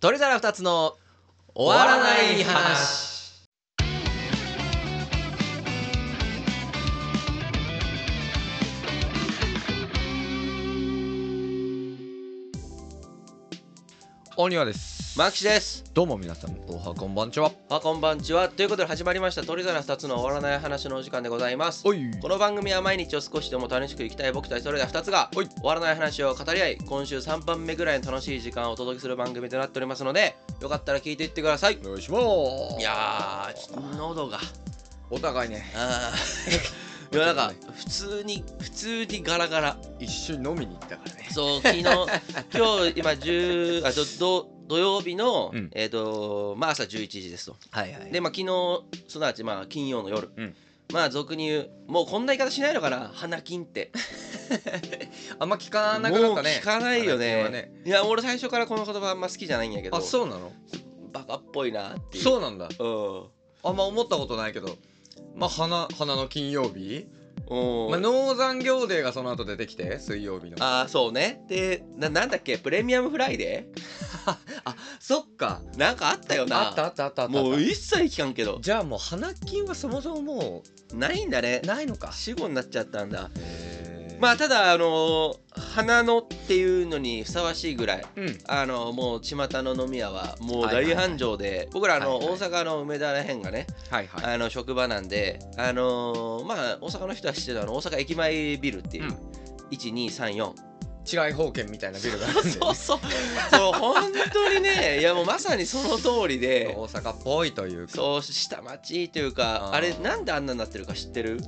鳥皿二つの終わらない話。お庭です。マキシです。どうも皆さん、おはこんばんちは。あこんばんちは。ということで始まりました鳥皿二つの終わらない話のお時間でございます。おい。この番組は毎日を少しでも楽しく生きたい僕たちそれら2つがおい終わらない話を語り合い今週3番目ぐらいの楽しい時間をお届けする番組となっておりますのでよかったら聞いていってくださいお願いします。いやーちょっと喉がお互いね、あー いやなんか普通に普通にガラガラ一緒に飲みに行ったからね。そう昨日今日今10あどど土曜日の、うんえっ、とまあ朝11時ですとはいはいでで、まあ昨日すなわちまあ金曜の夜、うんまあ俗に言うもうこんな言い方しないのかな花金ってあんま聞かなくなったね。もう聞かないよね最近はねいや俺最初からこの言葉あんま好きじゃないんやけどあ、そうなの。バカっぽいなっていうそうなんだ。うあんま思ったことないけど。まあ、花、花の金曜日。ん、うんまあ、農産業デーがその後出てきて、水曜日の。ああそうねでななんだっけプレミアムフライデそっか。ーなんかあったよなあったあったあったあった。もう一切聞かんけどじゃあもう花金はそもそももないんだねうないのか。死後になっちゃったんだままああ、ただあのー花のっていうのにふさわしいぐらいうん。あのーもう巷の飲み屋はもうはいはいはい大繁盛で、僕らあはの、いはい大阪の梅田らへんがね、はいはい。あの職場なんであのーまあ大阪の人は知ってるあの大阪駅前ビルっていう、うん1234違い保険みたいなビルがあるんで、ね、そうそうそう本当にねいやもうまさにその通りで大阪っぽいというかそう下町というかああーれなんであんなになってるか知ってる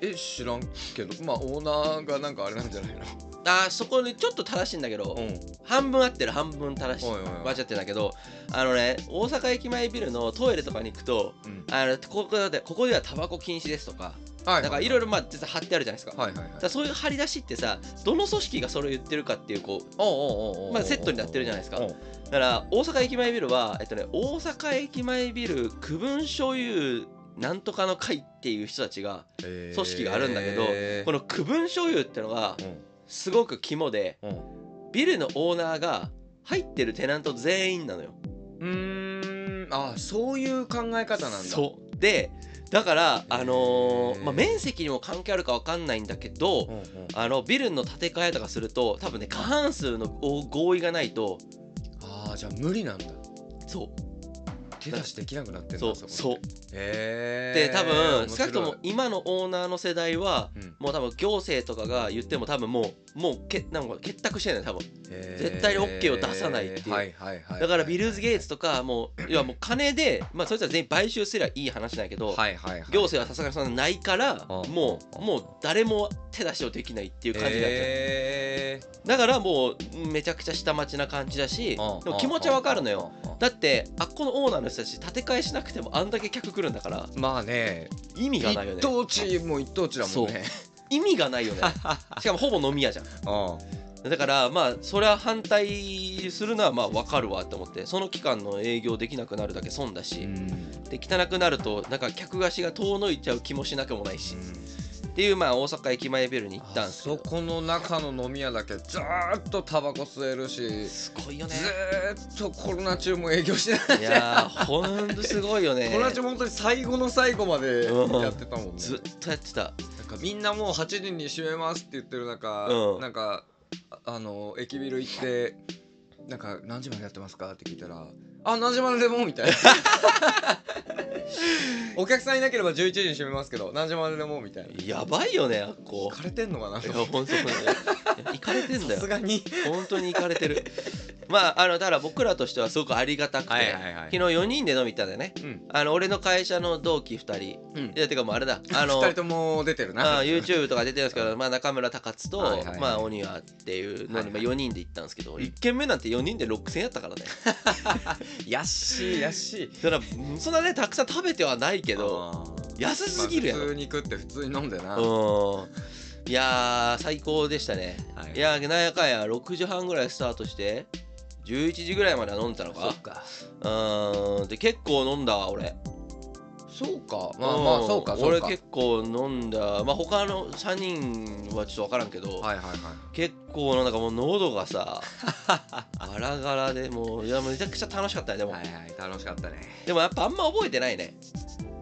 え知らんけどまあオーナーがなんかあれなんじゃないのあーそこでちょっと正しいんだけど、ん半分合ってる半分正しいおいおいおい間違ってんだけどあのね大阪駅前ビルのトイレとかに行くとうんあのここでここではタバコ禁止ですとかはなんかいろいろまあ実は貼ってあるじゃないですか,、はいはいはいだからそういう貼り出しってさどの組織がそれを言ってるかっていうこうおうおうおうおうおうまあセットになってるじゃないですかおうだから大阪駅前ビルは、えっとね、大阪駅前ビル区分所有なんとかの会っていう人たちが組組織があるんだけど、この区分所有ってのがうすごく肝でんビルのオーナーが入ってるテナント全員なのよ。うんうーんあそういう考え方なんだそうでだから、あのーへーまあ、面積にも関係あるかわかんないんだけど、んうんあのビルの建て替えとかすると多分ね過半数の合意がないとあーじゃあ無理なんだそ手出しできなくなってんだうそうこでそうへえで多分少なくとも今のオーナーの世代はうんもう多分行政とかが言っても多分もうもうけなんか結託してない多分絶対に OK を出さないっていうはいはいはいだからビルズ・ゲイツとかもう要はもう金でまあそいつら全員買収すりゃいい話なんやけどはいはいはい行政はさすがにそんなないからうんもううんもう誰も手出しをできないっていう感じになっちゃうへだからもうめちゃくちゃ下町な感じだしでーも気持ちはわかるのようんうんうんだってあっこのオーナーの人たち建て替えしなくてもあんだけ客来るんだからまあね意味がないよ一ね等地もう一等地だもんね意味 がないよねしかもほぼ飲み屋じゃんうだからまあそれは反対するのはまあ分かるわって思ってその期間の営業できなくなるだけ損だし、んで汚くなるとなんか客足が遠のいちゃう気もしなくもないし、っていうまあ大阪駅前ビルに行ったんあですけどそこの中の飲み屋だけずーっとタバコ吸えるしずすごいよねーっとコロナ中も営業してないいやーほんとすごい よねコロナ中も本当に最後の最後までうんやってたもんねずっとやってたなんかみんなもう8時に閉めますって言ってる中うんなんかああの駅ビル行ってなんか何時までやってますかって聞いたら「あ何時まででも」みた いなお客さんいなければ11時に閉めますけど何時まででもみたいなやばいよねあっこ行かれてんのかないやほん とそうだよいや行かれてんださよすがに本当に行かれてるまああのだから僕らとしてはすごくありがたくて、いは昨日4人で飲み行ったんだよねうんあの俺の会社の同期2人うんいやてかもうあ れだあ二の人とも出てるあなあ YouTube とか出てるんですけうど、まあ、中村隆津と、はいはいはいまあ、鬼はっていうのに、まはあ、いは4人で行ったんですけど、うん1軒目なんて4人で6000円やったからねやっしーやっしだからそんなねたくさん食べてはないけけど安すぎるやろ、普通に食って普通に飲んでなうんいやー最高でしたね、、はいやーなんやかんや6時半ぐらいスタートして11時ぐらいまでは飲んでたのそかっかうーんで結構飲んだわ俺そうかまあまあんそうかそう俺か結構飲んだまあ他の3人はちょっと分からんけど、はいはいはい結構なんかもう喉がさ ガラガラでもういやもうめちゃくちゃ楽しかったよでも、はいはい楽しかったねでもやっぱあんま覚えてないね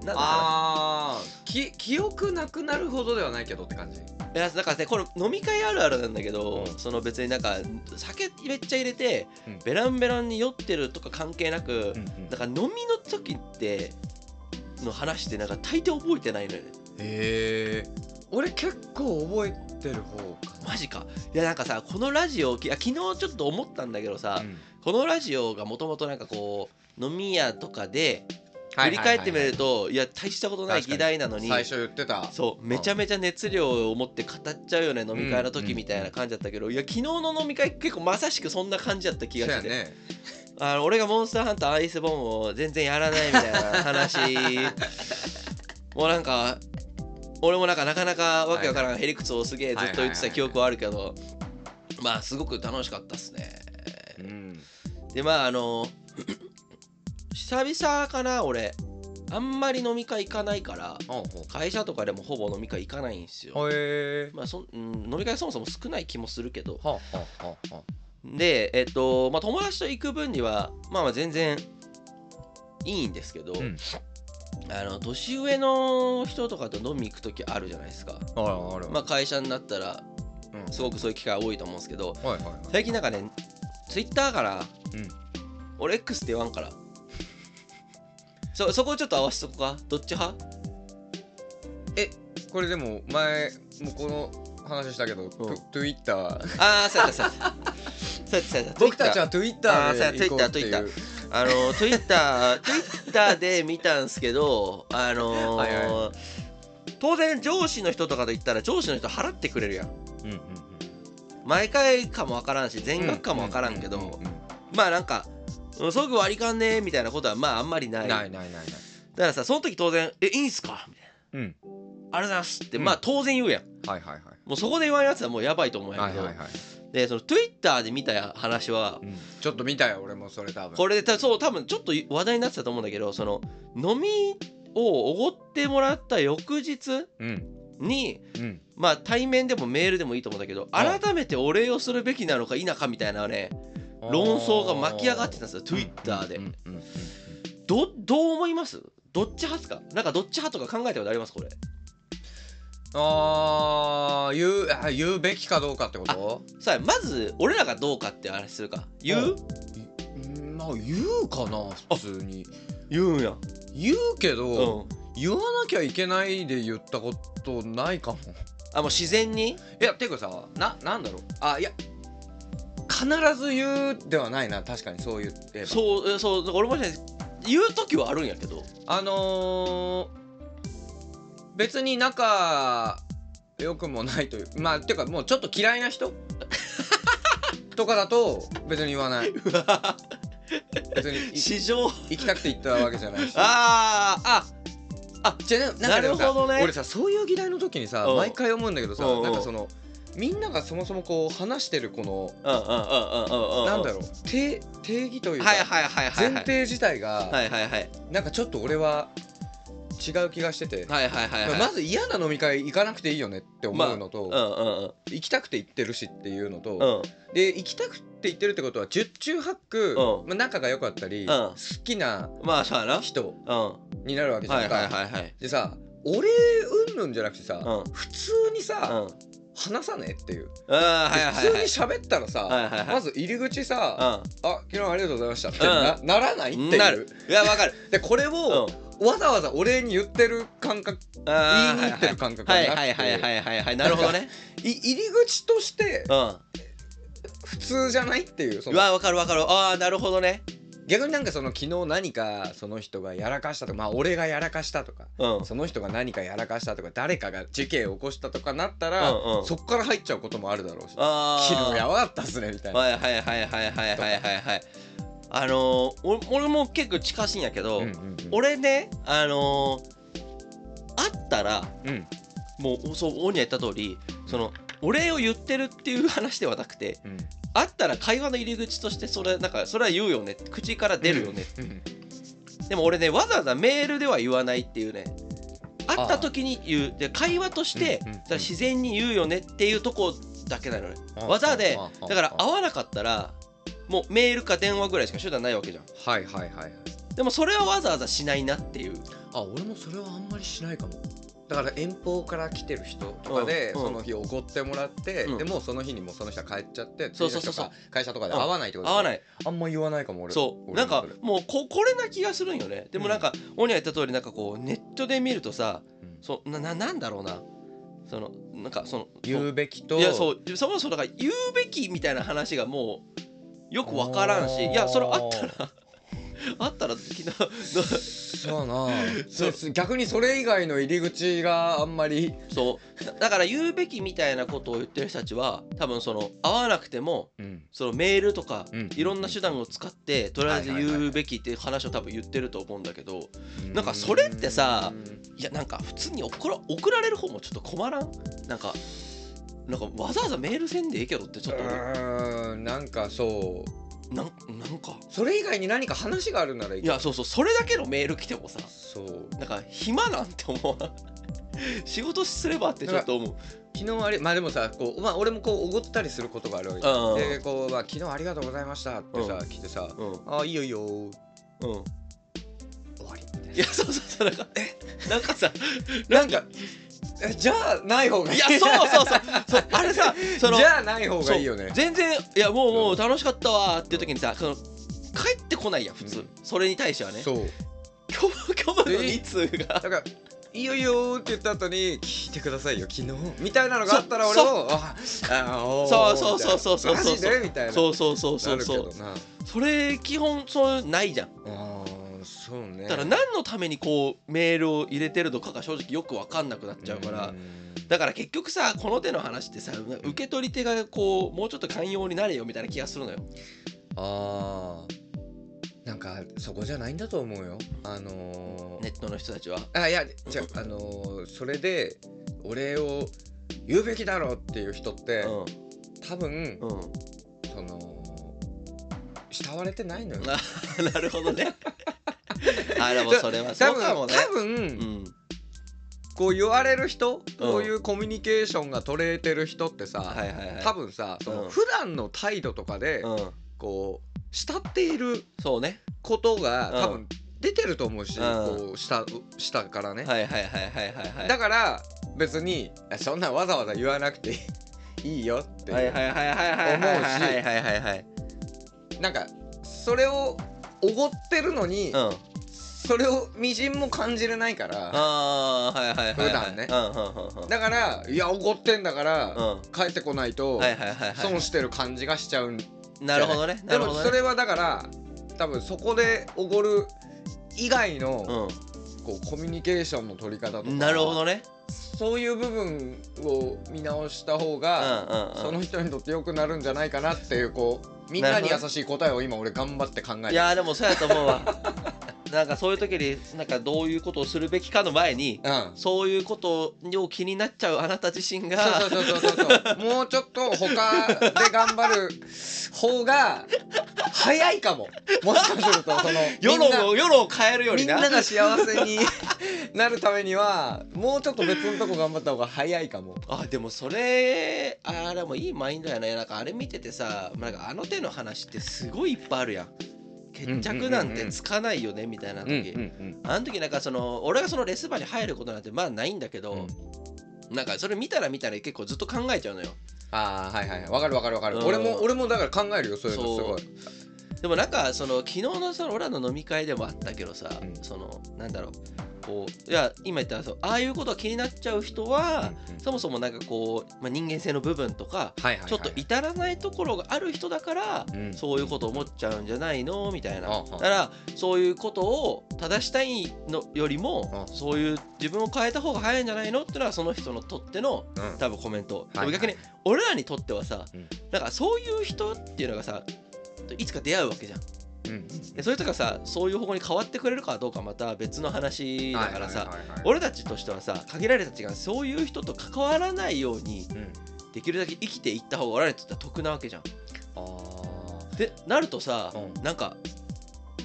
なんだかあーき記憶なくなるほどではないけどって感じないやなんかねこれ飲み会あるあるなんだけど、うんその別になんか酒めっちゃ入れて、うんベランベランに酔ってるとか関係なく、うんうんなんか飲みの時っての話ってなんか大抵覚えてないのよねへえ俺結構覚えてる方かマジかいやなんかさこのラジオきあ昨日ちょっと思ったんだけどさ、な、うんこのラジオがもともとなんかこう飲み屋とかで振り返ってみるといや大したことない確かに議題なのに最初言ってたそううんめちゃめちゃ熱量を持って語っちゃうよね飲み会のうんう時んみたいな感じだったけどいや昨日の飲み会結構まさしくそんな感じだった気がしそて、うやねあの俺がモンスターハンターアイスボーンを全然やらないみたいな話もうなんか俺もなんかなかなかわけわからんへりくつをすげえずっと言ってた記憶はあるけどまあすごく楽しかったっすねうんでまああの 久々かな俺あんまり飲み会行かないからおう会社とかでもほぼ飲み会行かないんですよほうへえまあそんうん、飲み会そもそも少ない気もするけどはあはあはあはでえっとまあ友達と行く分にはまあまあ全然いいんですけど、うんあの年上の人とかと飲み行く時あるじゃないですか、ああるあるまあ、会社になったらうんすごくそういう機会多いと思うんですけどはいはいはい最近なんかねツイッターから、うん俺 X って言わんからそそこをちょっと合わせとこかどっち派これでも前もうこの話したけど、ん Twitter ああそうやったそうやったそうやったそうやった僕たちは Twitter あーそうでや行こうっていう Twitter あの Twitter, Twitter で見たんすけど、あのーはいは当然上司の人とかと言ったら上司の人払ってくれるやんうんうん毎回かもわからんし全額かもわからんけど、まあなんかうんすごく割り勘ねみたいなことはまああんまりないないないないないだからさその時当然「えいいんすか?」みたいなうん「ありがとうございます」って、うんまあ当然言うやんはいはいもうそこで言わんやつはもうやばいと思うんやはいはけいど、はいはい、でその Twitter で見た話はうん、ちょっと見たよ俺もそれ多分これでたそう多分ちょっと話題になってたと思うんだけどその飲みをおごってもらった翌日うんにうんまあ対面でもメールでもいいと思うんだけどあ改めてお礼をするべきなのか否かみたいなね論争が巻き上がってたんですよ Twitter でうんうんうんうんどどう思いますどっち派っすかなんかどっち派とか考えたことありますこれあー言うあ言うべきかどうかってことさあまず俺らがどうかってあれするか言ううんまあ言うかな普通に言うんや言うけうど、ん言わなきゃいけないで言ったことないかもあもう自然に いやていうかさななんだろうあいや必ず言うではないな確かにそう言えばそうえそう俺もね言う時はあるんやけどあのー、別に仲良くもないという まあていうかもうちょっと嫌いな人 とかだと別に言わない別にい 市場行きたくて行ったわけじゃないしあーああじゃあなんかでもさなるほどね俺さそういう議題の時にさうん毎回思うんだけどさうんうんなんかそのみんながそもそもこう話してるこのうんうんうんうんうんうんなんだろう定定義というかはいはいはい前はいはい提自体がはいはいはいなんかちょっと俺は違う気がしててはいはいはいはいまず嫌な飲み会行かなくていいよねって思うのと、うんうんうん行きたくて行ってるしっていうのと、うんで行きたくて行ってるってことは十中八九、うんまあ、仲が良かったり、ん好きなまあそうやな人うんはになるわけいじゃなはいいか、はいはいでさ俺うんぬんじゃなくてさ、うん普通にさ、うん話さねっていう、あーはいはいはい普通に喋ったらさ、はいはいはいまず入り口さ、うあ昨日ありがとうございましたってうんな,、らないっていうなるんいやわかるでこれうんを、わざわざお礼に言ってる感覚言あいーに行ってる感覚はにいなってはいはいはいはいはいなるほどねい入り口としてうんう普通じゃないっていうそのわわかるわかるああなるほどね逆になんかその昨日何かその人がやらかしたとかまあ俺がやらかしたとかうんその人が何かやらかしたとか誰かが事件を起こしたとかなったら、うんうんそっから入っちゃうこともあるだろうし「ああ昨日やばかったっすね」みたいな。はいはいはいはいはいはいはいはいあのーお俺も結構近しいんやけどうんうんうん俺ねあのー会ったらうんもうそうオーニャ言った通りそのお礼を言ってるっていう話ではなくてうんあったら会話の入り口としてそれなんかそれは言うよね口から出るよね、うんでも俺ねわざわざメールでは言わないっていうね会った時に言うで会話として、うんうんうんだから自然に言うよねっていうとこだけなのねあ技でああだからあ会わなかったらもうメールか電話ぐらいしか手段ないわけじゃんはいはいはいはいでもそれはわざわざしないなっていうあ俺もそれはあんまりしないかもだから遠方から来てる人とかでうんその日おごってもらって、うんでもうその日にもうその人は帰っちゃってそうそうそ次のうそう日とか会社とかで会わないってこと会わいないあんま言わないかも俺そう俺なんもそかれもうここれな気がするんよねでもなんか、オニャ言った通りなんかこうネットで見るとさうんそなななんだろうなそのなんかその言うべきといやそうそもそもだから言うべきみたいな話がもうよく分からんしあーいやそれあったらあったら昨日そうやな そうそう逆にそれ以外の入り口があんまり そうだだから言うべきみたいなことを言ってる人たちは多分その会わなくてもうんそのメールとか、うんいろんな手段を使ってとりあえずはいはいはい言うべきっていう話を多分言ってると思うんだけどなんかそれってさいやなんか普通に送ら送られる方もちょっと困らんなんかなんかわざわざメールせんでええけどってちうょっと俺ーんなんかそうなんなんかそれ以外に何か話があるならいいいやそうそうそれだけのメール来てもさそうなんか暇なんて思わん 仕事すればってちょっと思う昨日あれまあでもさこう、まあ、俺もこうおごったりすることがあるわけじゃんうんでこう、まあ「昨日ありがとうございました」ってさ、来てさうん「あいいよいいよ終うんわり」いやそうそうそうなんかなんかさなんか えじゃあない方がいいいやそうそうそうそうあれさ そのじゃあない方そがういいよね全然いやもうもううん楽しかったわーっていう時にさその帰ってこないやん普通、うんそれに対してはねそう,、虚無虚無の2通がだから「いいよいいよ」って言った後に「聞いてくださいよ昨日」みたいなのがあったらそう俺も「ああおーそうそうそうそうそうみたいなマジで?」みたいなそうそうそうそうそなるうけどなそれ基本そうないじゃんあーそうねだから何のためにこうメールを入れてるのかが正直よく分かんなくなっちゃうから、んだから結局さこの手の話ってさ受け取り手がこうもうちょっと寛容になれよみたいな気がするのよあーなんかそこじゃないんだと思うよあのーネットの人たちはあいや違うあのーそれでお礼を言うべきだろうっていう人って、う多分ん うんその慕われてないのよななるほど ねあでもそれはそ多うか分もね多分、うんこう言われる人こういうコミュニケーションが取れてる人ってさ、はいはいはい多分さそうんの普段の態度とかで、うんこう慕っているそうねことがうん多分出てると思うし、うんこう下下からね、はいはいはいはいはいはいだから別にあそんなわざわざ言わなくてい いよっていう、はいはいはいはいはいはいはいはいはいはいなんかそれをおごってるのに、うんそれをみじんも感じれないから、ああはいはいはいはい普段ねうんうんうんうんだからいやおごってんだから、うん帰ってこないと、はいはいはいは損してる感じがしちゃうんいなるほどねでなるもほどそねれはだから多分そこでおごる以外の、こうコミュニケーションの取り方とうかんなるほどねそういう部分を見直した方うんうが、んうんその人にとって良くなるんじゃないかなっていうこうみんなに優しい答えを今俺頑張って考えいてるやーでもそうやと思うわ なんかそういう時になんかどういうことをするべきかの前にうんそういうことを気になっちゃうあなた自身がそうそうそうそうそうもうちょっと他で頑張る方が早いかももしかするとその み世んな論を世論を変えるよみりんななが幸せに なるためにはもうちょっと別のとこ頑張った方が早いかもあでもそれあれもいいマインドやねなんかあれ見ててさなんかあの手の話ってすごいいっぱいあるやん決着なんてつかないよねみたいな時、んあの時なんかその俺がそのレスバに入ることなんてまあないんだけど、なんかそれ見たら見たら結構ずっと考えちゃうのよああはいはいはいわかるわかるわかる、うん俺も俺もだから考えるよそういうのすごいでもなんかその昨日のその俺らの飲み会でもあったけどさ、うんそのなんだろうこういや今言ったそうああいうことが気になっちゃう人は、うんうんそもそもなんかこう、まあ、人間性の部分とかはいはいはいちょっと至らないところがある人だから、うんそういうこと思っちゃうんじゃないのみたいなあはだからそういうことを正したいのよりもあそういう自分を変えた方が早いんじゃないのってのはその人のとってのうん多分コメント、はいはいでも逆に俺らにとってはさ、うんなんかそういう人っていうのがさいつか出会うわけじゃんうんでそれとかさそういう方向に変わってくれるかどうかまた別の話だからさ、はいはいはいはい俺たちとしてはさ限られた時間そういう人と関わらないようにうんできるだけ生きていった方が俺らにとっては得なわけじゃんあでなるとさ、うんなんか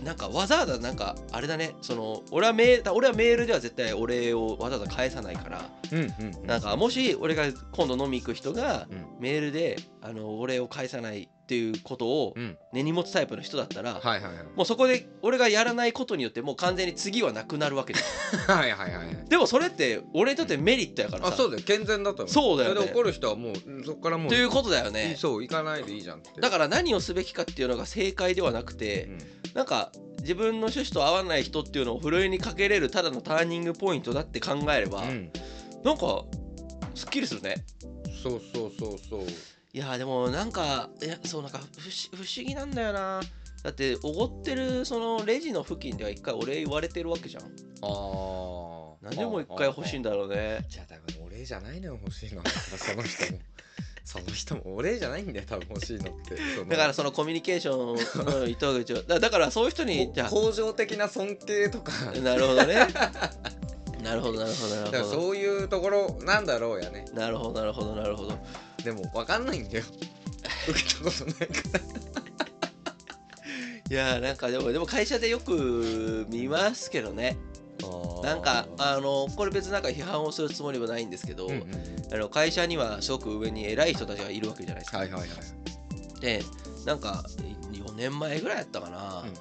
なんかわざわざなんかあれだねその俺はメール俺はメールでは絶対お礼をわざわざ返さないからうんうんうんなんかもし俺が今度飲み行く人がうんメールであのお礼を返さないっていうことをうん根に持つタイプの人だったらはいはいはい もうそこで俺がやらないことによってもう完全に次はなくなるわけですはいはいはいはいでもそれって俺にとってメリットやからあさそうだよ健全だと思そうだよねそれで怒る人はもううんそこからもうということだよいいねそう行かないでいいじゃんってだから何をすべきかっていうのが正解ではなくて、うんなんか自分の趣旨と合わない人っていうのをふるいにかけれるただのターニングポイントだって考えれば、うんなんかすっきりするねそうそうそうそういやーでもなんかいやそうなんか不思不思議なんだよなだっておごってるそのレジの付近では一回お礼言われてるわけじゃんああ何でも一回欲しいんだろうねじゃあ多分お礼じゃないのよ欲しいのその人 もその人もお礼じゃないんだよ多分欲しいのってそのだからそのコミュニケーションの糸口をだだからそういう人にこじゃ向上的な尊敬とかあなるほどねなるほどなるほどなだからるほどそういうところなんだろうやねなるほどなるほどなるほどでも分かんないんだよ 受けたことないからいやーなんかでもでも会社でよく見ますけどねなんかあのこれ別になんか批判をするつもりもないんですけど、うんうんあの会社にはすごく上に偉い人たちがいるわけじゃないですか。はいはいはいでなんか4年前ぐらいやったかな、うん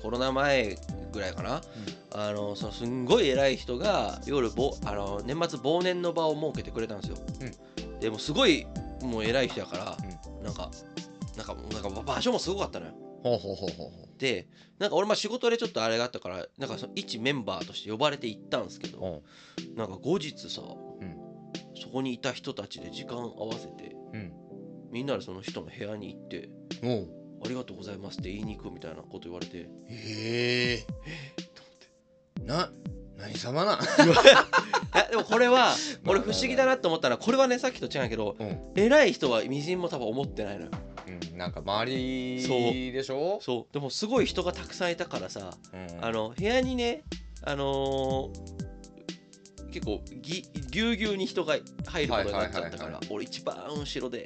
コロナ前ぐらいかなあのそのすんごい偉い人が夜ぼあの年末忘年の場を設けてくれたんですよ。でもうすごいもう偉い人やから、なんかなんかもうなんか場所もすごかったのよ。ほうほうほうほうでなんか俺まあ仕事でちょっとあれがあったからなんかその一メンバーとして呼ばれて行ったんですけど、ほなんか後日さ、んそこにいた人たちで時間合わせてううんみんなでその人の部屋に行っておう「ありがとうございます」って言いに行くみたいなこと言われてへえな何様な いやでもこれはまあ俺不思議だなと思ったのはこれはねさっきと違うんやけどうん偉い人はみじんも多分思ってないのようん、なんか周りそでしょそうでもすごい人がたくさんいたからさうんあの部屋にねあのー結構ぎぎゅうぎゅうに人が入ることになっちはいはゃったいはいかはら俺一番後ろで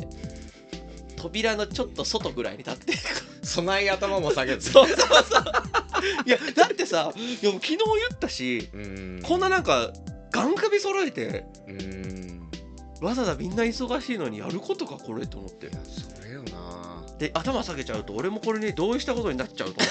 扉のちょっと外ぐらいに立 って備え頭も下げてそうそうそう。いやだってさ、いやもう昨日言ったし、うんこんななんかガン首揃えてうんわざわざみんな忙しいのにやることかこれと思っいて。やそれよなで頭下げちゃうと俺もこれに同意したことになっちゃうと思 っ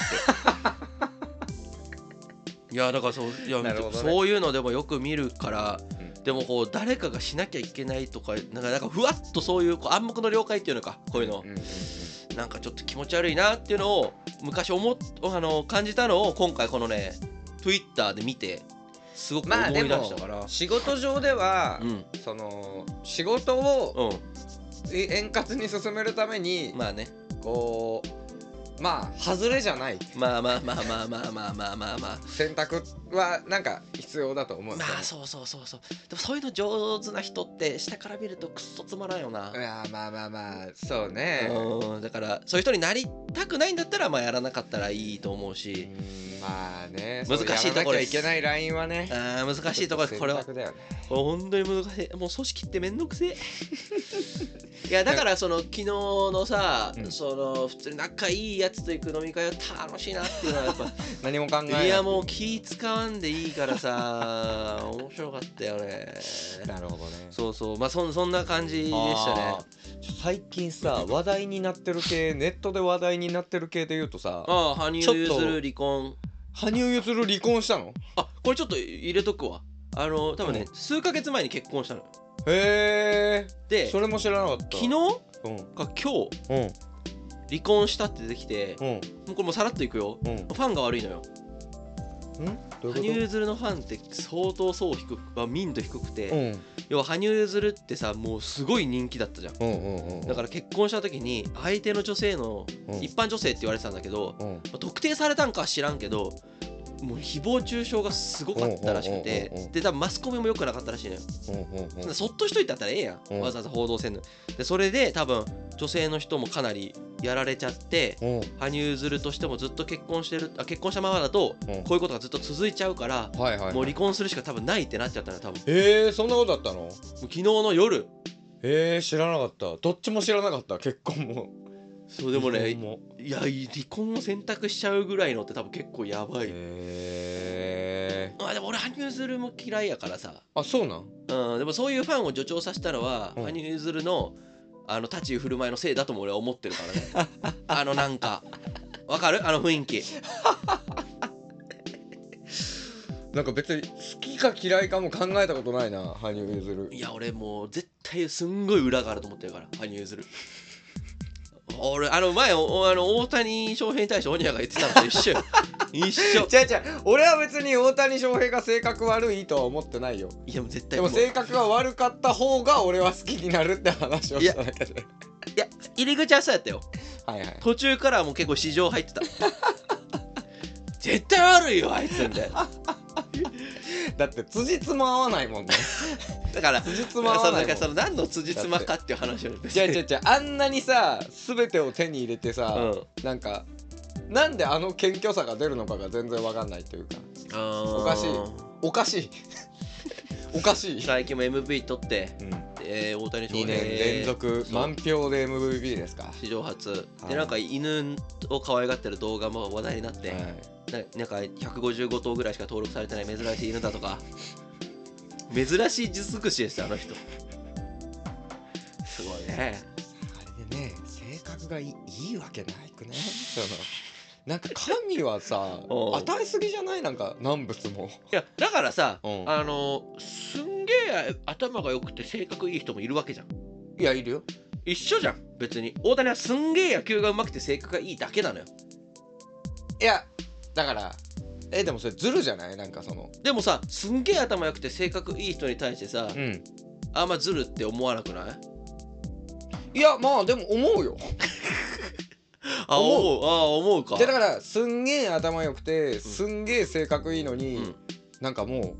て。いやだからそういや、なるほどねそういうのでもよく見るから、うんでもこう誰かがしなきゃいけないとかなんかなんかふわっとそういうこう暗黙の了解っていうのかこういうの、うんうんうんなんかちょっと気持ち悪いなっていうのを昔思っあの感じたのを今回このね Twitter で見てすごくま思あいで出したから、も仕事上では、うんその仕事をうえ円滑に進めるためにん、まあねこうまあ外れじゃないまあまあまあまあまあまあまあまあまあ選択はなんか必要だと思うんまですよあそうそうそうそうでもそういうの上手な人って下から見るとくっそつまらんよな、いやまあまあまあそうねうんだからそういう人になりたくないんだったらまあやらなかったらいいと思ううし、んまあね難しいところでですいけないラインはねあー難しいところですこれは選択だよねこれ本当に難しいもう組織ってめんどくせえいやだからその昨日のさ、うんその普通に仲いいやつと行く飲み会は楽しいなっていうのはやっ何も考えなぱいいやもう気使わんでいいからさ面白かったよねなるほどねそうそうまあそんそんな感じでしたねあーちょ最近さ話題になってる系ネットで話題になってる系で言うとさああ羽生結弦離婚羽生結弦離婚したのあこれちょっと入れとくわあの多分ね、数ヶ月前に結婚したのへえでそ昨れも知らなかった日うんか今日うん離婚したって出てきてもうんうこれもうさらっといくようんファンが悪いのようんどう羽い生うこ結弦のファンって相当層低くは民度低くて、とうん要は羽生結弦ってさもうすごい人気だったじゃんうんうんうんだから結婚した時に相手の女性のうん一般女性って言われてたんだけど、らうんまあ特定されたんかは知らんけどもう誹謗中傷がすごかったらしくうんうんうんうてんで多分マスコミも良くなかったらしいのようんうんうんそっとしといてあったらええやうんんわざわざ報道せんのでそれで多分女性の人もかなりやられちゃってうん羽生結弦としてもずっと結婚してるあ結婚したままだとうんこういうことがずっと続いちゃうから、はいはいもはうい離婚するしか多分ないってなっちゃったのよ多分もへえそんなことだったのう昨日の夜へえ知らなかったどっちも知らなかった結婚もそうでもへねいや離婚を選択しちゃうぐらいのって多分結構やばい、えまあでも俺羽生結弦も嫌いやからさ、あそうなんうん、でもそういうファンを助長させたのは、うん羽生結弦のあの立ち居振る舞いのせいだとも俺は思ってるから ねあのなんかわかるあの雰囲気なんか別に好きか嫌いかも考えたことないな羽生結い弦や俺もう絶対すんごい裏があると思ってるから羽生結弦俺あの前おあの大谷翔平に対してオニアが言ってたの と一緒よ一緒違う違う俺は別に大谷翔平が性格悪いとは思ってないよいやもう絶で対ももう性格が悪かった方が俺は好きになるって話をしただけで入り口はそうやったよはいはい途中からはもう結構市場入ってた絶対悪いよあいつみたいなだって辻褄合わないもん ねだから辻そ褄合わのなないんかそものん何の辻褄かっていう話を違う違う違うあんなにさ全てを手に入れてさ、うんなんかなんであの謙虚さが出るのかが全然わかんないというかおかしいおかしい おかしい、最近も MVP 取って、うん、えー大谷翔2平年連続そう満票で MVP ですか、は史上初はいでなんか犬を可愛がってる動画も話題になって、い、ななんか155頭ぐらいしか登録されてない珍しい犬だとか珍しい術尽くしでしたあの人すごいねあれでね性格がいいいいわけないくねそのなんか神は さおう与えすぎじゃないなんか何物もいやだからさ、うんあのすんげえ頭が良くて性格いい人もいるわけじゃんいやいるよ一緒じゃん別に大谷はすんげえ野球がうまくて性格がいいだけなのよいやだからえでもそれずるじゃないなんかそのでもさすんげえ頭良くて性格いい人に対してさ、んあんまずるって思わなくないいやまあでも思うよあ思思うあ思うかでだからすんげえ頭良くてすんげえ性格いいのに、うんなんかも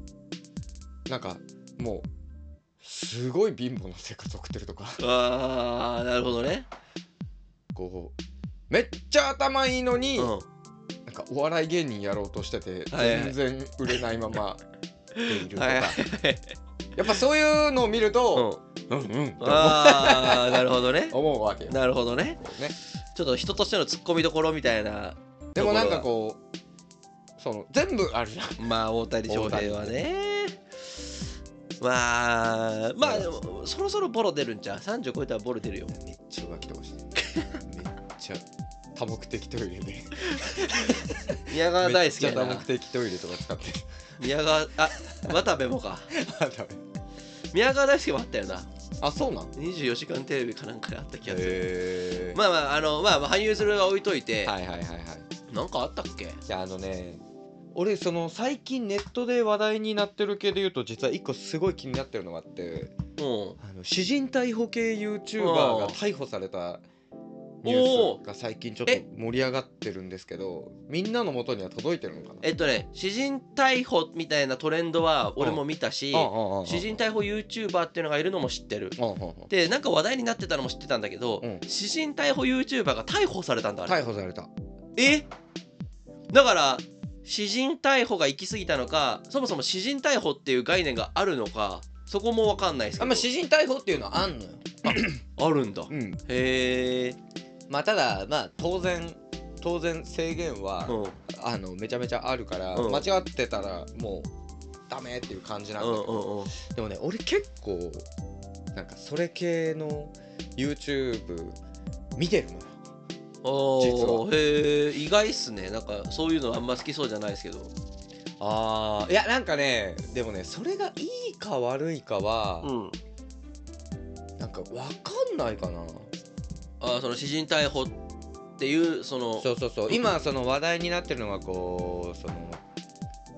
うなんかもうすごい貧乏な生活送ってるとかああなるほどねこうめっちゃ頭いいのに、うんなんかお笑い芸人やろうとしててはいはい全然売れないま までいるとか、はいはいやっぱそういうのを見ると、ううん、うんってん、ああなるほどね思うわけよ、ね、なるほどねちょっと人としてのツッコミどころみたいなでもなんかこうその全部あるじゃんまあ大谷翔平はねまあまあでもそろそろボロ出るんちゃう30超えたらボロ出るよめっちゃ浮気とかしてめっちゃ多目的トイレで宮川大好きめっやちゃ多な目的トイレとか 使ってる宮川あ渡部もかあダメ宮川大好きもあったよなあそうなん24時間テレビかなんかであった気がする、へまあまああのまあまあ羽生結弦は置いといて、はいはいはいはいなんかあったっけじゃああのね俺その最近ネットで話題になってる系で言うと実は一個すごい気になってるのがあってうんあの詩人逮捕系 YouTuber が逮捕されたニュースが最近ちょっとえ盛り上がってるんですけどみんなの元には届いてるのかなえっとね詩人逮捕みたいなトレンドは俺も見たし、あ詩人逮捕 YouTuber っていうのがいるのも知ってるああああでなんか話題になってたのも知ってたんだけど、うん詩人逮捕 YouTuber が逮捕されたんだあれ、逮捕されたえだから詩人逮捕が行き過ぎたのかそもそも詩人逮捕っていう概念があるのかそこも分かんないですけあどまあ詩人逮捕っていうのはあんのよあるんだ、うんへえまあただまあ当然当然制限は、うんあのめちゃめちゃあるから、うん間違ってたらもうダメっていう感じなんだうけんど、うんうんでもね俺結構なんかそれ系の YouTube 見てるのよお実はーへえ意外っすねなんかそういうのあんま好きそうじゃないですけどあいやなんかねでもねそれがいいか悪いかは、んなんか分かんないかなあーその詩人逮捕っていうそのそうそうそう今その話題になってるのがこうその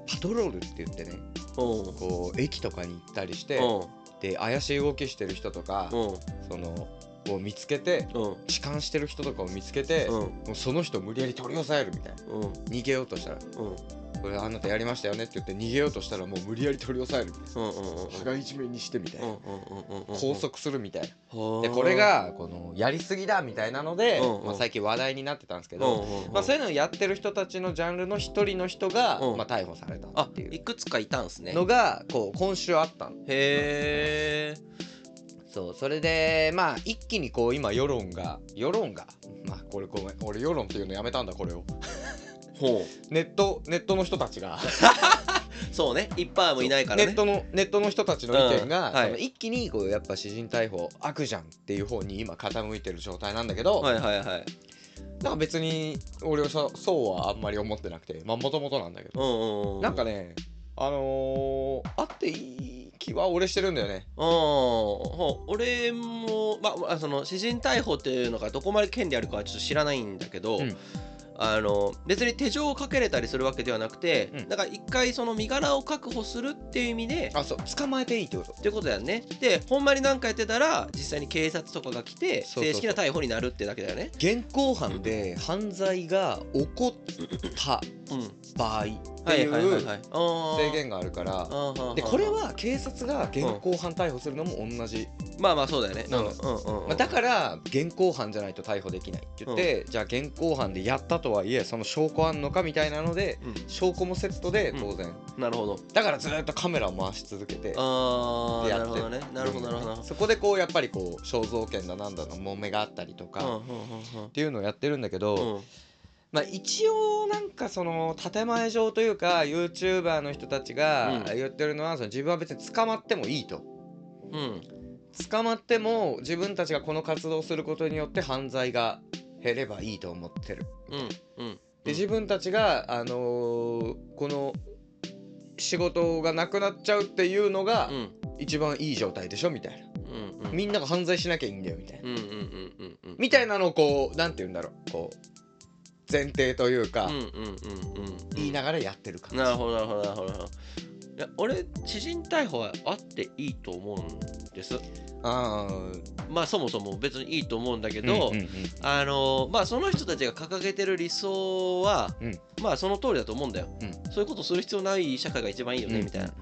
パトロールって言ってねうんこう駅とかに行ったりして、うで怪しい動きしてる人とか、んそのを見つけてうん痴漢してる人とかを見つけて、うもんうその人を無理やり取り押さえるみたいなうん逃げようとしたらうんうん「これあなたやりましたよね」って言って逃げようとしたらもう無理やり取り押さえるみたいなうんう羽ん交いじめにしてみたいなうんうん拘束するみたいなはであこれがこのやりすぎだみたいなので、うんうんまあ、最近話題になってたんですけうんど、うんうんまあ、そういうのをやってる人たちのジャンルの一人の人が、うんまあ、逮捕されたあっていいうくつかいたんすねのがこう今週あったのへえそうそれでまあ一気にこう今世論が世論がまあこれごめん俺世論っていうのやめたんだこれをほネットネットの人たちがうそうねいっぱいもいないからねネットのネットの人たちの意見が、うんはいその一気にこうやっぱ詩人逮捕悪じゃんっていう方に今傾いてる状態なんだけど、はいはいはいなんか別に俺はそそうはあんまり思ってなくてまあもともとなんだけど、うんうんうんなんかねあのー、あっていい気は俺してるんだよねうんほう俺も、まあまあ、その私人逮捕っていうのがどこまで権利あるかはちょっと知らないんだけど、うんあの別に手錠をかけれたりするわけではなくて、うんなんか一回その身柄を確保するっていう意味であそう捕まえていいってことっていうことだよねでほんまに何かやってたら実際に警察とかが来てそうそう正そう式な逮捕になるってだけだよね現行犯で犯罪が起こったうん場合っはていいはいはいうはいあ制ー限があるからあーはーはーでこれは警察が現行犯逮捕するのも同じ、まあまあそうだよねなんうだんうんうんまあ、だから現行犯じゃないと逮捕できないって言って、じゃあ現行犯でやったとはいえその証拠あんのかみたいなのでう証拠もセットでうん当然、んなるほどだからずっとカメラを回し続けてああやなってるほどねなるほどなるほどそこでこうやっぱりこう肖像権だなんだの揉めがあったりとか、っうんうんうんていうのをやってるんだけど、うんうんまあ、一応なんかその建前上というか YouTuber の人たちがうん言ってるのはその自分は別に捕まってもいいとうん捕まっても自分たちがこの活動をすることによって犯罪が減ればいいと思ってる。うんうんで自分たちが、あのーこの仕事がなくなっちゃうっていうのがうん一番いい状態でしょみたいな、うんうんみんなが犯罪しなきゃいいんだよみたいな。うんうんうんうんうんみたいなのをこうなんて言うんだろうこう前提というか、うんうんうんうん言いながらやってる感じなるほどなるほどなるほどなるほどいや俺知人逮捕はあっていいと思うんですあーまあそもそも別にいいと思うんだけけど、うんうんあのまあその人たちが掲げてる理想は、うんまあその通りだと思うんだよ、うんそういうことする必要ない社会が一番いいようんね、みたいな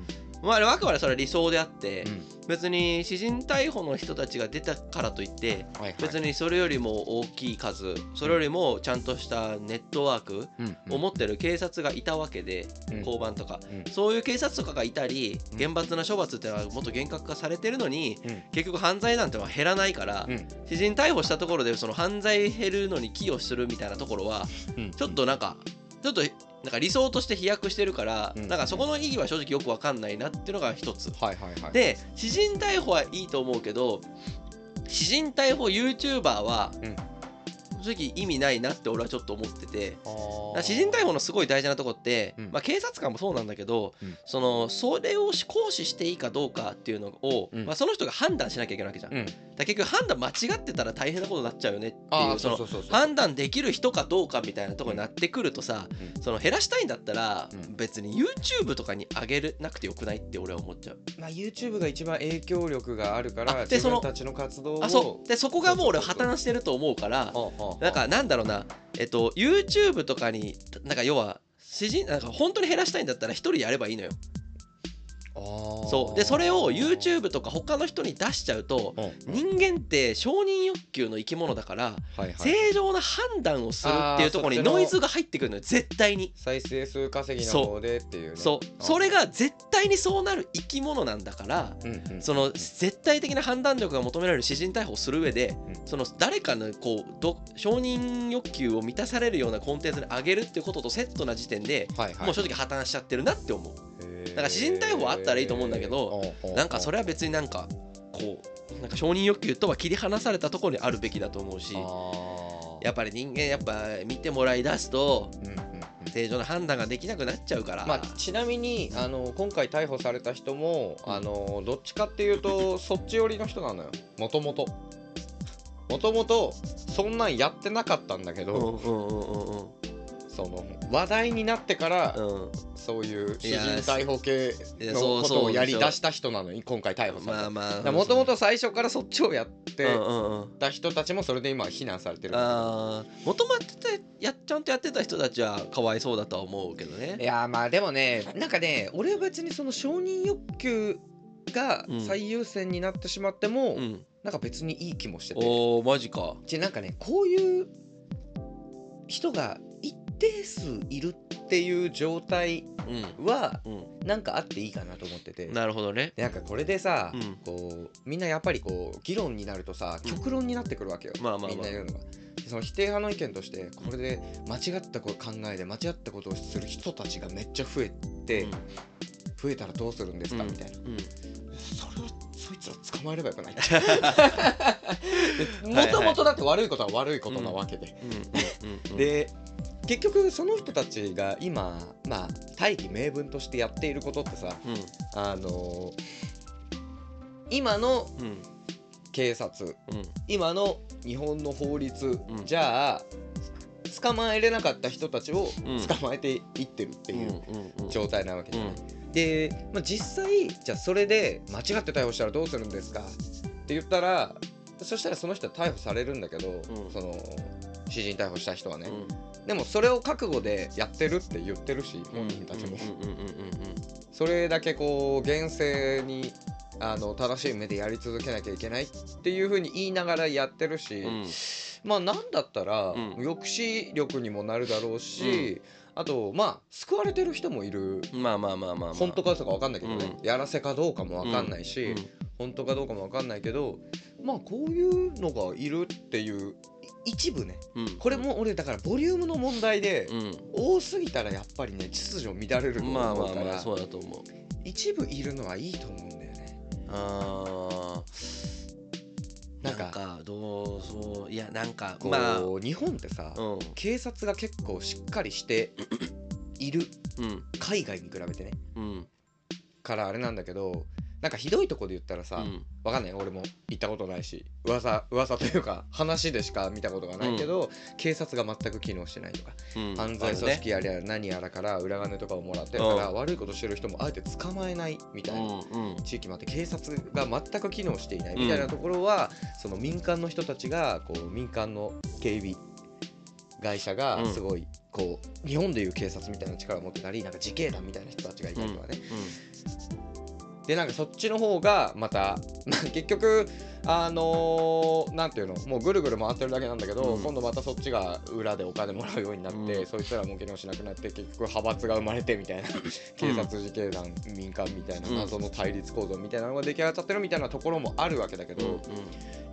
まああれはあくまでそれは理想であって、うん別に私人逮捕の人たちが出たからといってはいはい別にそれよりも大きい数それよりもちゃんとしたネットワークうんうんを持ってる警察がいたわけで、うん交番とか、うんそういう警察とかがいたりうん厳罰な処罰っていうのはもっと厳格化されてるのにうん結局犯罪なんてのは減らないから、うん私人逮捕したところでその犯罪減るのに寄与するみたいなところはうんちょっとなんかちょっとなんか理想として飛躍してるから、うんなんかそこの意義は正直よくわかんないなっていうのが一つ。はいはいはいで私人逮捕はいいと思うけど私人逮捕 YouTuber は、うん正直意味ないなって俺はちょっと思ってて。あー私人逮捕のすごい大事なとこって、うんまあ、警察官もそうなんだけど、うんそのそれを行使していいかどうかっていうのを、うんまあ、その人が判断しなきゃいけないわけじゃん、うんだから結局判断間違ってたら大変なことになっちゃうよねってあいーうそそのうそうそうそう判断できる人かどうかみたいなとこになってくるとさ、うんその減らしたいんだったら、うん別に YouTube とかに上げなくてよくないって俺は思っちゃう。まあ YouTube が一番影響力があるかあらで自その分たちの活動をあそうでそこがもう俺は破綻してると思うからあああなんかなんだろうなえっと YouTube とかになんか要は詩人なんか本当に減らしたいんだったら一人やればいいのよ。そうでそれを YouTube とか他の人に出しちゃうと人間って承認欲求の生き物だから正常な判断をするっていうところあにーそっちのノイズが入ってくるのよ絶対に。再生数稼ぎのそう方でっていうねそうあそれが絶対にそうなる生き物なんだからうんうんその絶対的な判断力が求められる詩人逮捕をする上でうんその誰かのこうど承認欲求を満たされるようなコンテンツに上げるってこととセットな時点ではいはいもう正直破綻しちゃってるなって思う。だから私人逮捕はあったらいいと思うんだけどなんかそれれは別になんかこうなんか承認欲求とは切り離されたところにあるべきだと思うしやっぱり人間やっぱ見てもらい出すと正常な判断ができなくなっちゃうから、まあ、ちなみにあの今回逮捕された人も、うんあのどっちかっていうとそっち寄りの人なのよもともともともとそんなんやってなかったんだけうんど、うんうんうんその話題になってから、うんうんそういう私い人や逮捕系いやのそうことそをうやり出した人なのに今回逮捕されまあたまあだからもともと最初からそっちをやってうんうんうんた人たちもそれで今非難されてるんだけどあーもともとやっちゃんとやってた人たちはかわいそうだとは思うけどいねやーまあでもねなんかね俺は別にその承認欲求がうん最優先になってしまっても、うんなんか別にいい気もしてておーマジかでなんかねこういう人が一定数いるっていう状態うんはうなんかあっていいかなと思っててんなるほどねでなんかこれでさ、うんこうみんなやっぱりこう議論になるとさうん極論になってくるわけよ、まあまあまあみんな言うのが。でその否定派の意見としてこれで間違ったこう考えで間違ったことをする人たちがめっちゃ増えて、うん増えたらどうするんですか、みたいなうんそれはそいつら捕まえればよく ないもともとだって悪いことは悪いことなわけで、うんうんうんうんで結局その人たちが今まあ大義名分としてやっていることってさうあの今のんうん警察うん今の日本の法律、うんじゃあ捕まえれなかった人たちをうん捕まえていってるっていううんうん状態なわけじゃない、うで、まあ、実際じゃあそれで間違って逮捕したらどうするんですかって言ったらそしたらその人は逮捕されるんだけど、うんその私人逮捕した人はね、うんでもそれを覚悟でやってるって言ってるしうん本人たちも、うんうんうんうんそれだけこう厳正にあの正しい目でやり続けなきゃいけないっていうふうに言いながらやってるし、うんうんまあなんだったらうん抑止力にもなるだろうし、あとまあ救われてる人もいる。まあまあまあまあまあ本当かとか分かんないけどね、やらせかどうかも分かんないし、うん本当かどうかも分かんないけどまあこういうのがいるっていうい一部ねうんこれも俺だからボリュームの問題で、うん多すぎたらやっぱりね秩序乱れるとまあま思うあから、まあそうだと思う一部いるのはいいと思うんだよねあーなんかなんかどうそういやなんかこう、まあ日本ってさ、うん警察が結構しっかりしているうん海外に比べてねうんからあれなんだけどなんかひどいとこで言ったらさ、うわんかんない俺も行ったことないし噂噂というか話でしか見たことがないけど、警察が全く機能してないとか、うん犯罪組織やりゃ何やらから裏金とかをもらってるから、うん悪いことしてる人もあえて捕まえないみたいな、うんうん地域もあって警察が全く機能していないみたいなところは、その民間の人たちがこう民間の警備会社がうんすごいこう日本でいう警察みたいな力を持ってたりなんか自警団みたいな人たちがいたりとかね、でなんかそっちの方がまた まあ結局あのーなんていうのもうぐるぐる回ってるだけなんだけど、うん今度またそっちが裏でお金もらうようになって、うんそいつらも機能しなくなって結局派閥が生まれてみ たいな警察自警団民間みたいなうん謎の対立構造みたいなのが出来上がっちゃってるみたいなところもあるわけだけうんうんど、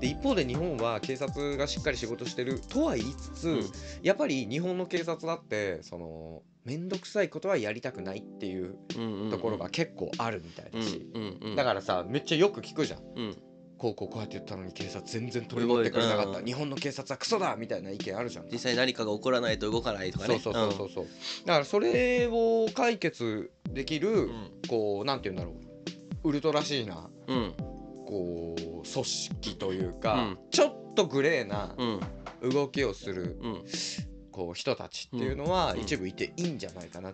で一方で日本は警察がしっかり仕事してるとは言いつつ、うんやっぱり日本の警察だってその面倒くさいことはやりたくないっていううんうんところが結構あるみたいだし。うんうんだからさめっちゃよく聞くじゃんうんこうこうこうやって言ったのに警察全然取り持ってくれなかっすごいたうん日本の警察はクソだみたいな意見あるじゃん実際何かが起こらないと動かないとかそうねそうそうそうそうだからそれを解決できうるんこうなんて言うんだろうウルトラシーなうんこう組織というか、うんちょっとグレーなうん動きをするうんこう人たちっていうのはうん一部いていいんじゃないかな、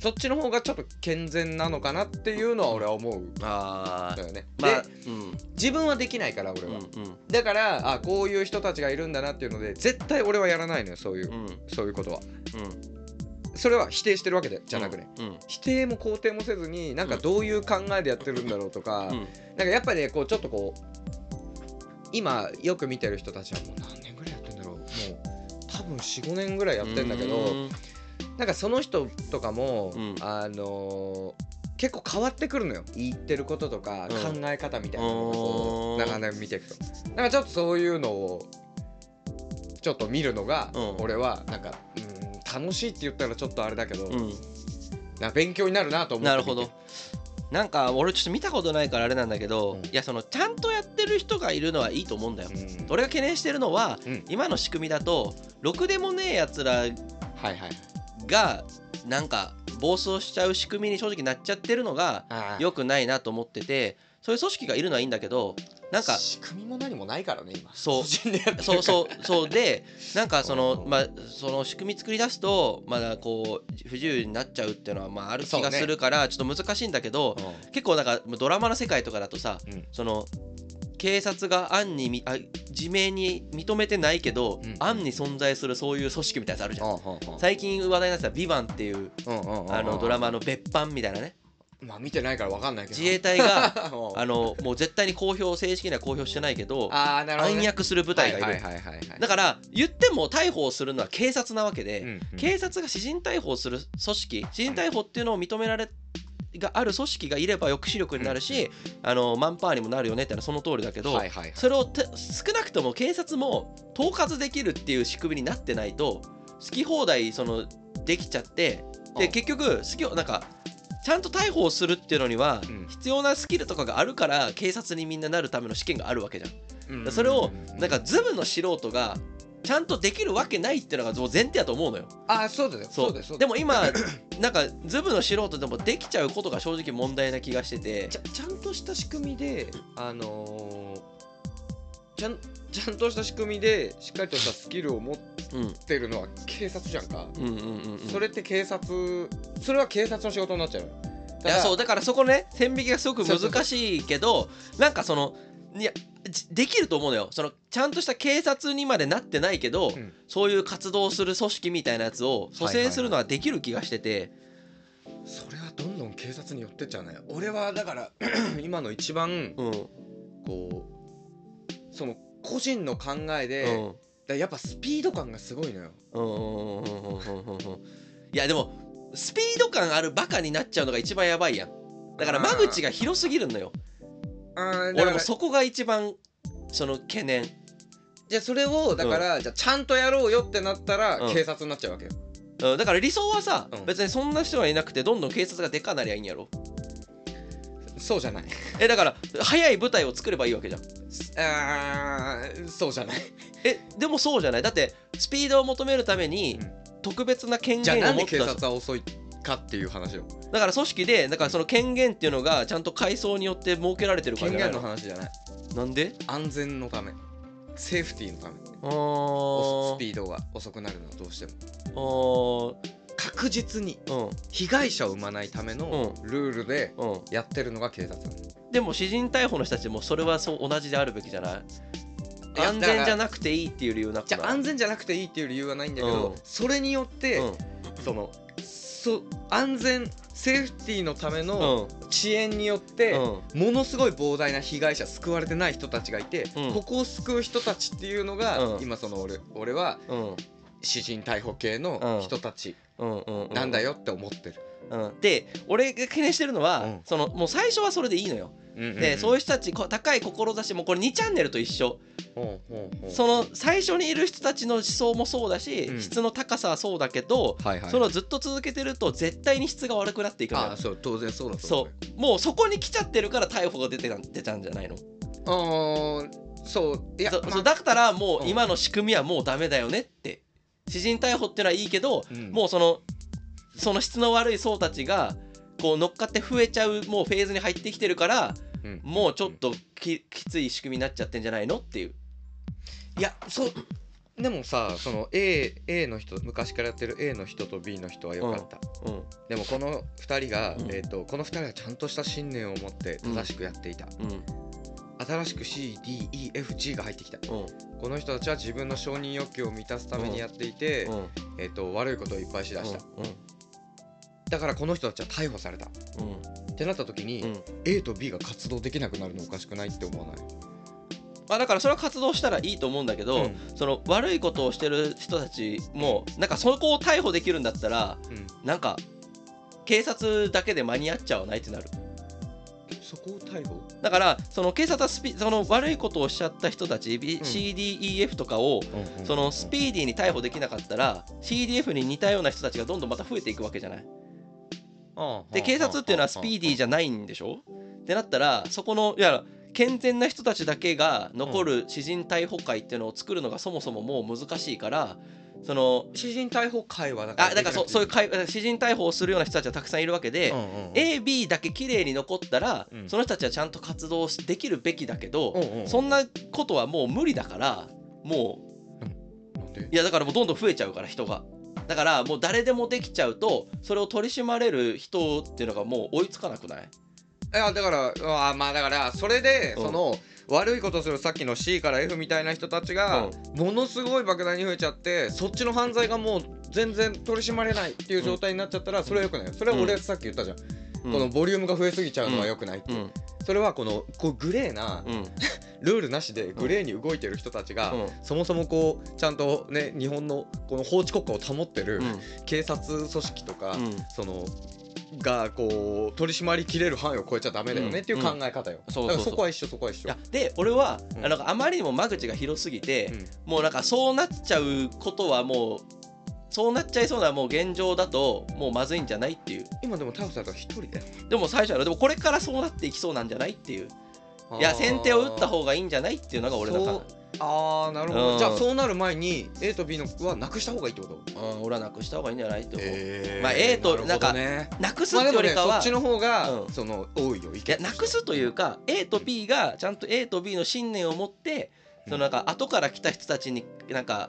そっちの方がちょっと健全なのかなっていうのは俺は思うんあだあよね。まあでうん自分はできないから俺は。うんだからあこういう人たちがいるんだなっていうので絶対俺はやらないのよそういう、うんうんそういうことはうんそれは否定してるわけでじゃなくね、うん否定も肯定もせずになんかどういう考えでやってるんだろうとか、うなんんかやっぱりねこうちょっとこう今よく見てる人たちはもう何年ぐらいやってんだろうもう多分45年ぐらいやってんだけうどんなんかその人とかも、うんあのー結構変わってくるのよ言ってることとか考うんえ方みたいなのをこうあー長年見ていくとなんかちょっとそういうのをちょっと見るのが、うん俺はなんか、うん、楽しいって言ったらちょっとあれだけど、うんな勉強になるなと思ってなる見てほどなんか俺ちょっと見たことないからあれなんだけど、うんいやそのちゃんとやってる人がいるのはいいと思うんだよ、うん俺が懸念してるのは、うん今の仕組みだとろくでもねえやつらはいはいがなんか暴走しちゃう仕組みに正直なっちゃってるのがあー良くないなと思っててそういう組織がいるのはいいんだけどなん か仕組みも何もないからね今そう個人でやってるからそうそうそうでなんか そのうんまあその仕組み作り出すとまだこう不自由になっちゃうっていうのはまあある気がするからちょっと難しいんだけど、うん結構なんかドラマの世界とかだとさ、うんその警察が案にみあ自明に認めてないけど、うん案に存在するそういう組織みたいなやつあるじゃん、うんうんうん最近話題になってた「ビバンっていううんうんうんうんあのドラマの別班みたいなねまあ見てないからわかんないけど自衛隊 がもうあのもう絶対に公表正式には公表してないけどあーなるほど、ね、暗躍する部隊がいる、はいはいはいはいはいだから言っても逮捕をするのは警察なわけで、うんうん警察が私人逮捕をする組織私人逮捕っていうのを認められがある組織がいれば抑止力になるし、あのマンパワーにもなるよねってのはその通りだけど、はいはいはいそれをて少なくとも警察も統括できるっていう仕組みになってないと好き放題そのできちゃってうでん結局好きをなんかちゃんと逮捕をするっていうのにはうん必要なスキルとかがあるから警察にみんななるための試験があるわけじゃん。うんうんうでんそれをなんかズブの素人がちゃんとできるわけないっていうのがもう前提だと思うのよ。あそうだよそそううだよそうだでよも今 なんかズブの素人でもできちゃうことが正直問題な気がしててちゃちゃんとした仕組みであのーちゃんちゃんとした仕組みでしっかりとしたスキルを持っうんてるのは警察じゃんか、うんうんうんうんそれって警察それは警察の仕事になっちゃうのいやそうだだからそこね線引きがすごく難しいけどなんかそのいやじできると思うのよそのちゃんとした警察にまでなってないけど、うんそういう活動する組織みたいなやつを蘇生するのはできる気がしてて、からそれはどんどん警察に寄ってっちゃうね俺はだから 今の一番こうその個人の考えで、だからやっぱスピード感がすごいのようんうんうんうんうんうんうんうんいやでもスピード感あるバカになっちゃうのが一番やばいやんだから間口が広すぎるのよ俺俺もそこが一番その懸念じゃあそれをだから、じゃあちゃんとやろうよってなったら、うん警察になっちゃうわけようんだから理想はさ、うん別にそんな人はいなくてどんどん警察がでかなりゃいいんやろそうじゃないえだから早い舞台を作ればいいわけじゃんあーそうじゃないえでもそうじゃないだってスピードを求めるためにうん特別な権じゃあ限なをん持で警ってた察は遅いかっていう話よだから組織でだからその権限っていうのがちゃんと階層によって設けられてるから権じゃない限のの話じゃないなんで安全のためセーフティーのためあースピードが遅くなるのはどうしてもあー確実にうん被害者を生まないためのルールでうんやってるのが警察なのでも私人逮捕の人たちもそれはそう同じであるべきじゃないいや安全じゃなくていいっていう理由なくじないゃあ安全じゃなくていいっていう理由はないんだけど、うんそれによって、そのそ安全セーフティーのためうんのうん遅延によって、うんものすごい膨大な被害者救われてない人たちがいて、うんここを救う人たちっていうのが、うん今その俺俺はうん詩人逮捕系の人たちうんうんうんなんだよって思ってる。うん、で俺が懸念してるのは、うんそのもう最初はそれでいいのよ、でそういう人たちこ高い志もこれ2チャンネルと一緒、ほうほうほうその最初にいる人たちの思想もそうだし、うん質の高さはそうだけど、はいはいそれをずっと続けてると絶対に質が悪くなっていくのよああそう当然そうだとそ思ううもうそこに来ちゃってるから逮捕が出てた出たんじゃないのそうそういやそまあそうだからもううん今の仕組みはもうダメだよねって私人逮捕ってのはいいけど、うんもうそのその質の悪い層たちがこう乗っかって増えちゃうもうフェーズに入ってきてるからうんもうちょっとききつい仕組みになっちゃってんじゃないのっていう。いやそうでもさその A, A の人昔からやってる A の人と B の人は良かった、うんでもこの2人が、うんえー、とこの2人はちゃんとした信念を持って正しくやっていた、うん新しく CDEFG が入ってきたうんこの人たちは自分の承認欲求を満たすためにやっていて、うんえー、と悪いことをいっぱいしだした、だからこの人たちは逮捕されたっうんてなった時に、うんうん A と B が活動できなくなるのおかしくないって思わないまあだからそれは活動したらいいと思うんだけど、その悪いことをしてる人たちもなんかそこを逮捕できるんだったらうんなんか警察だけで間に合っちゃわないってなるそこを逮捕だからその警察はスピその悪いことをしちゃった人たち、B- CDEF とかをそのスピーディーに逮捕できなかったら CDF に似たような人たちがどんどんまた増えていくわけじゃない。で警察っていうのはスピーディーじゃゃないんでしょってなったらそこのいや健全な人たちだけが残る詩人逮捕会っていうのを作るのがそもそももう難しいからその詩人逮捕会はだからあだからそそういうう会詩人逮捕をするような人たちがたくさんいるわけで。え AB だけ綺麗に残ったら、うんその人たちはちゃんと活動できるべきだけど、うんうんうんそんなことはもう無理だからもうなんでいやだからもうどんどん増えちゃうから人がだからもう誰でもできちゃうとそれを取り締まれる人っていうのがもう追いつかなくないいやだからあーまあだからそれでうんその悪いことするさっきの C から F みたいな人たちうがんものすごい莫大に増えちゃってそっちの犯罪がもう全然取り締まれないっていう状態になっちゃったらそれはよくないよそれは俺うんさっき言ったじゃんうんこのボリュームが増えすぎちゃうのは良くないってういうんそれはこのこうグレーなうんルールなしでグレーに動いてる人たちが、うんそもそもこうちゃんとね日本のこの法治国家を保ってるうん警察組織とか、うんそのがこう取り締まりきれる範囲を超えちゃダメだよねっていう考え方よ、うんそうそうそうだからそこは一緒そこは一い緒やで俺は、うんあのあまりにも間口が広すぎて、うんもうなんかそうなっちゃうことはもうそうなっちゃいそうなもう現状だともうまずいんじゃないっていう今でも逮捕されたの一人だよでも最初はでもこれからそうなっていきそうなんじゃないっていういあやー先手を打った方がいいんじゃないっていうのが俺その考うあーなるほど、うんじゃあそうなる前に A と B のはなくした方がいいってことえ、うん、俺はなくした方がいいんじゃないって思う、えまあ A となんかね、なくすっまあてでもよりねかそは、っちの方が、うんその多いよ意見いやなくすというか A と B がちゃんと A と B の信念を持ってそのなんか後から来た人たちになんか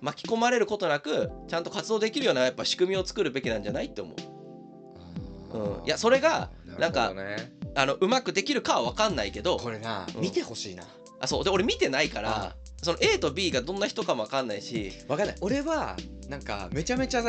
巻き込まれることなくちゃんと活動できるようなやっぱ仕組みを作るべきなんじゃないって思ううんいやそれがなんなるほどかねあのうまくできるかは分かんないけどこれな、うん見てほしいなあそうで俺見てないかあらあその A と B がどんな人かも分かんないしわかんない俺はなんかめちゃめちゃ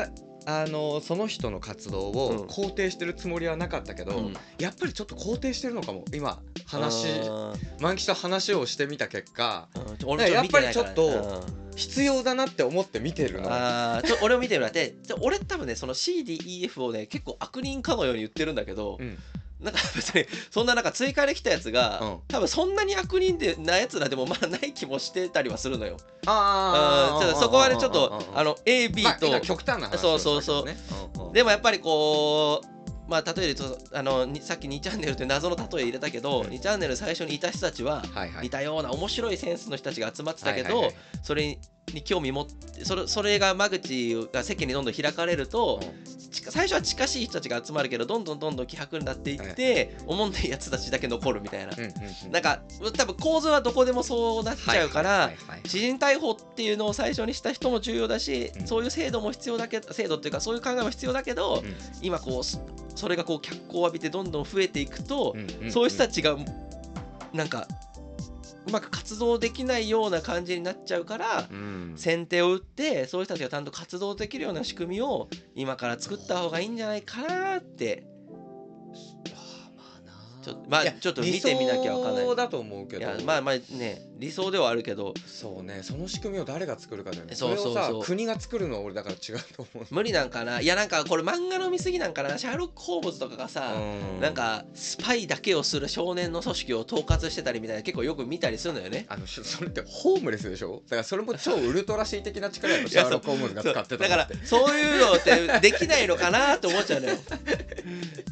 あのその人の活動うんを肯定してるつもりはなかったけど、うんやっぱりちょっと肯定してるのかも今話うん満喫と話をしてみた結果うんちょ俺ちょ見てないかやっらぱりちょっうん必要だなって思って見てるのあーちょ俺を見てもらってちょ俺多分ねその CDEF をね結構悪人かのように言ってるんだけど、うんなんか別にそんななんか追加できたやつが、うん多分そんなに悪人でなやつらでもまあない気もしてたりはするのよ。あうんーちょっとそこはねちょっとあの AB まあと、今極端な話そうそうそうをしたけどねんんでもやっぱりこうまあ例えるとあのにさっき2チャンネルって謎の例え入れたけど、うん2チャンネル最初にいた人たちは、はいはい似たような面白いセンスの人たちが集まってたけど、はいはいそれに興味持ってそれそれが間口が世間にどんどん開かれるとはい、ちか最初は近しい人たちが集まるけどどんどんどんどん希薄になっていって、おもんないやつたちだけ残るみたいな、うんうんうんなんか多分構図はどこでもそうなっちゃうから、はいはいはいはい知人逮捕っていうのを最初にした人も重要だし、うんそういう制度も必要だけ制度っていうかそういう考えも必要だけど、うん今こうそそれがこう脚光を浴びてどんどん増えていくと、うんんんそういう人たちがなんかうまく活動できないような感じになっちゃうからうん先手を打ってそういう人たちがちゃんと活動できるような仕組みを今から作った方がいいんじゃないかなってあーまあなちょまあいやちょっと見てみなきゃわかんない理想だと思うけいどやまあまあね理想ではあるけどそうねその仕組みを誰が作るかだよねそうそうそうれをさ国が作るのは俺だから違うと思う無理なんかないやなんかこれ漫画の見過ぎなんかなシャーロック・ホームズとかがさ、うなんかスパイだけをする少年の組織を統括してたりみたいな結構よく見たりするのよね。あのしそれってホームレスでしょだからそれも超ウルトラシー的な力やっぱシャーロック・ホームズが使ってたそうだからそういうのってできないのかなと思っちゃ うのよ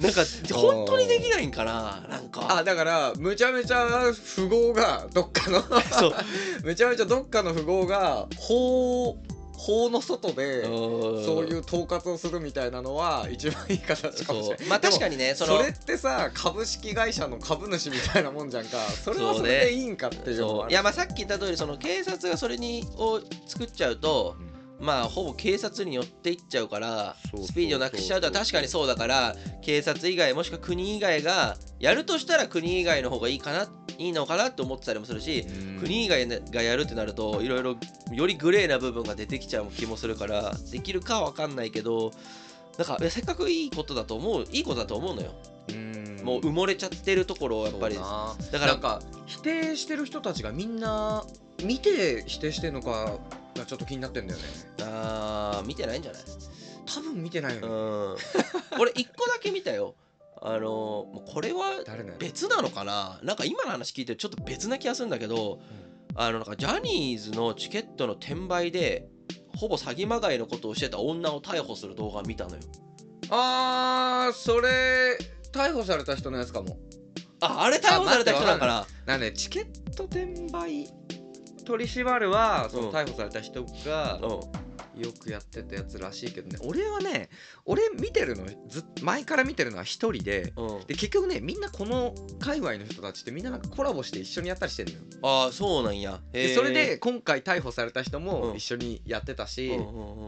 なんか本当にできないんかななんあかだからむちゃめちゃ富豪がどっかの そうめちゃめちゃどっかの富豪が法法の外でそういうう統括をするみたいなのは一番いい形かもしそれうないまあでも確かにねそそのれってさ株式会社の株主みたいなもんじゃんかそれはそれでいいんかっていうのそはういやまあさっき言った通りその警察がそれにを作っちゃうとまあほぼ警察に寄っていっちゃうからそうそうそうスピードなくしちゃうとは確かにそうだから警察以外もしくは国以外がやるとしたら国以外の方がいいかないいのかなって思ってたりもするし国以外がやるってなるといろいろよりグレーな部分が出てきちゃう気もするからできるかわかんないけどなんかいやせっかくいいことだと思ういいことだと思うのよ、もう埋もれちゃってるところをやっぱりそうだなかならんか否定してる人たちがみんな見て否定してんのかがちょっと気になってんだよねあー見てないんじゃない多分見てないようね、ん俺一個だけ見たよあのもうこれは誰のやつ別なのかななんか今の話聞いてちょっと別な気がするんだけどあのなんかジャニーズのチケットの転売でほぼ詐欺まがいのことをしてた女を逮捕する動画見たのよあーそれ逮捕された人のやつかもああれ逮捕された人だからなんでチケット転売取り締まるはそうんの逮捕された人がうんよくやってたやつらしいけどね俺はね俺見てるのずっ前から見てるのは一人でうんで結局ねみんなこの界隈の人たちってみんななんかコラボして一緒にやったりしてるのよああそうなんやへでーそれで今回逮捕された人うもん一緒にやってたし、うんうんうんうん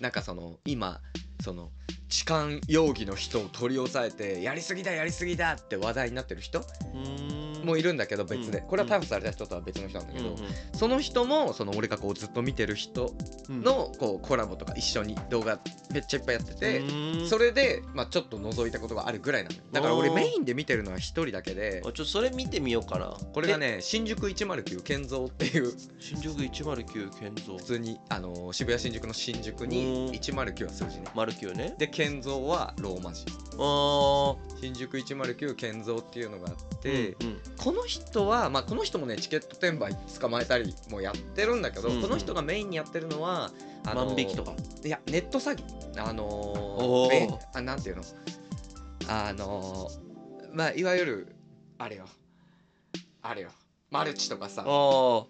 なんかその今その痴漢容疑の人を取り押さえてやりすぎだやりすぎだって話題になってる人うーんもいるんだけど別で、これは逮捕された人とは別の人なんだけど、うその人もその俺がこうずっと見てる人んのこうコラボとか一緒に動画めっちゃいっぱいやってて、うんそれで、まあ、ちょっと覗いたことがあるぐらいなのよだから俺おーメインで見てるのは一人だけであちょっとそれ見てみようかなこれがね新宿109建造っていうで新宿109建造普通に、あのー渋谷新宿の新宿にうん109は数字ね丸九ねで建造はローマ字あ新宿109建造っていうのがあっあて、うんこの人は、まあ、この人もねチケット転売捕まえたりもやってるんだけど、うんうんこの人がメインにやってるのはあのー万引きとかいやネット詐欺あのおーーめあなんていうのあのーまあいわゆるあれよあれよマルチとかさああ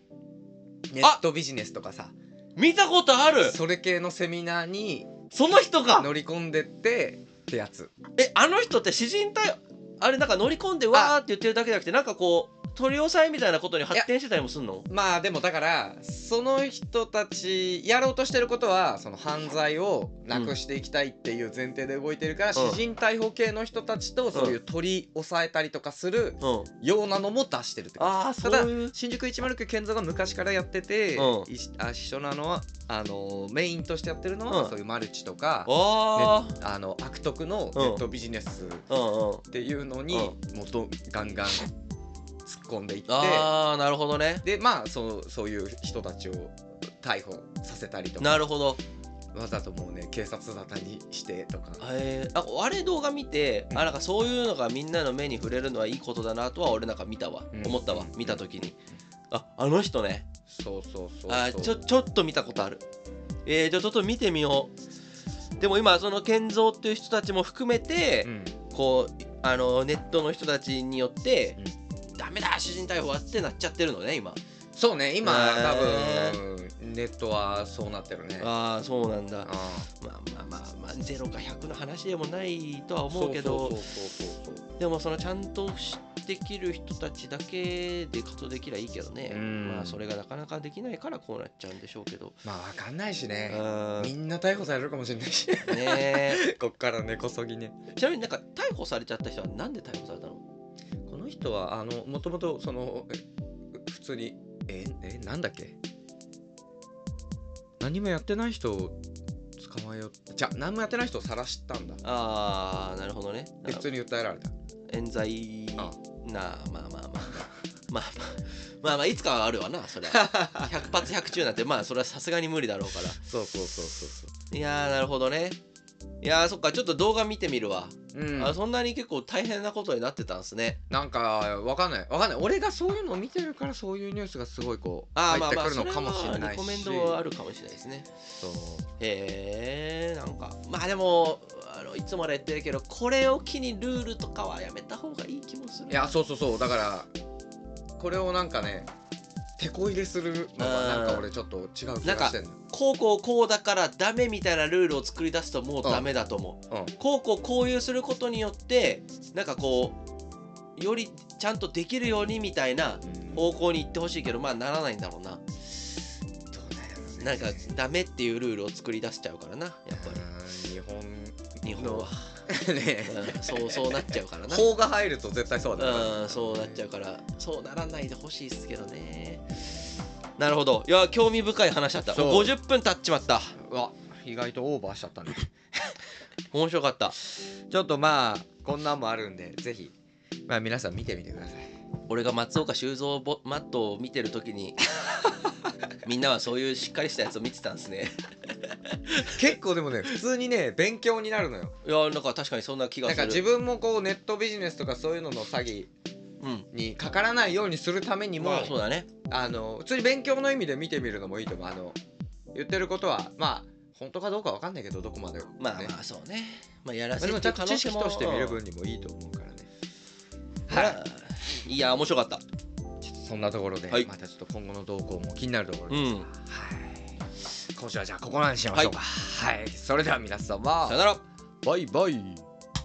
ネットビジネスとかさ見たことあるそれ系のセミナーにその人か乗り込んでってってやつえあの人って詩人隊あれなんか乗り込んでわーって言ってるだけじゃなくてなんかこう取り押さえみたいなことに発展してたりもすんのまあでもだからその人たちやろうとしてることはその犯罪をなくしていきたいっていう前提で動いてるから、うん私人逮捕系の人たちとそういう取り押さえたりとかするうんようなのも出してるってことああたそうだいう新宿109健三が昔からやってて、うんいしあ一緒なのはあのーメインとしてやってるのは、うんそういうマルチとか、あねあの悪徳のネットビジネスっあうんうんていうのに、もっとガンガン突っ込んでいって。ああなるほどねでまあそうそういう人たちを逮捕させたりとなかるほどわざともうね警察沙汰にしてとかえー、ああれ動画見て、うんあなんかそういうのがみんなの目に触れるのはいいことだなとは俺なんか見たわ、うん思ったわ見た時に、ああの人ねそうそうそうそうあちょちょっと見たことあるえー、じゃあちょっと見てみようでも今その健三っていう人たちも含めて、うんこうあのネットの人たちによって、うダメだ主人逮捕はってなっちゃってるのね今そうね今え多ー分ネットはそうなってるねああそうなんだあまあまあまあまあゼロか100の話でもないとはあ思うけそどうそうそうそうそうでもそのちゃんとできる人たちだけで活動できりゃいいけどねうんまあそれがなかなかできないからこうなっちゃうんでしょうけどまあわかんないしうねーんみねんな逮捕されるかもしれないし えこっから根こそぎねちなみになんか逮捕されちゃった人はなんで逮捕されたのこの人はあのもともとそのえ普通にええなんだっけ何もやってない人を捕まえようじゃあ何もやってない人を晒したんだああなるほどねで普通に訴えられた冤罪あなまあまあまあまあまあまあまあまあいつかはあるわなそれは 100発100中なんてまあそれはさすがに無理だろうからそうそうそうそうそいやーなるほどねいやーそっかちょっと動画見てみるわ、ううんあそんなに結構大変なことになってたんですねなんかわかんないわかんない俺がそういうのを見てるからそういうニュースがすごいこう入ーってくるそのれかもしれはないリコメンしドはあるかもしれないですねそうへえー、なんかまあでもあのいつもあれ言ってるけどこれを機にルールとかはやめた方がいい気もするいやそうそうそうだからこれをなんかねてこ入れするのはなんか俺ちょっと違う気なんがかしてんのこうこうこうだからダメみたいなルールを作り出すともうダメだと思う、うんこうこうこういうすることによってなんかこうよりちゃんとできるようにみたいな方向に行ってほしいけどまあならないんだろうなどうなんやろうねなんかダメっていうルールを作り出しちゃうからなやっぱあー日本り日本は、ねうん、そうそうなっちゃうからな法が入ると絶対そうだねうんそうなっちゃうからそうならないでほしいですけどねなるほどいや興味深い話だったそうもう50分経っちまったうわ意外とオーバーしちゃったね面白かったちょっとまあこんなんもあるんでぜひまあ皆さん見てみてください 俺が松岡修造ボマットを見てる 時にみんなはそういうしっかりしたやつを見てたんですね結構でもね普通にね勉強になるのよいやなんか確かにそんな気がなすんるか自分もこうネットビジネスとかそういうのの詐欺にかからないようにするためにうんも、まあそうだねあの普通に勉強の意味で見てみるのもいいと思うあの言ってることはまあ本当かどうかわかんないけどどこまで、まあねまあそうねまあやらまあせでもるちゃんと知識として見る分にもいいと思うからねはいいいや面白かったちょっとそんなところで、はいまたちょっと今後の動向も気になるところうです、んはい今週はじゃあここまでにしましょうかはい、それでは皆様さよならバイバイ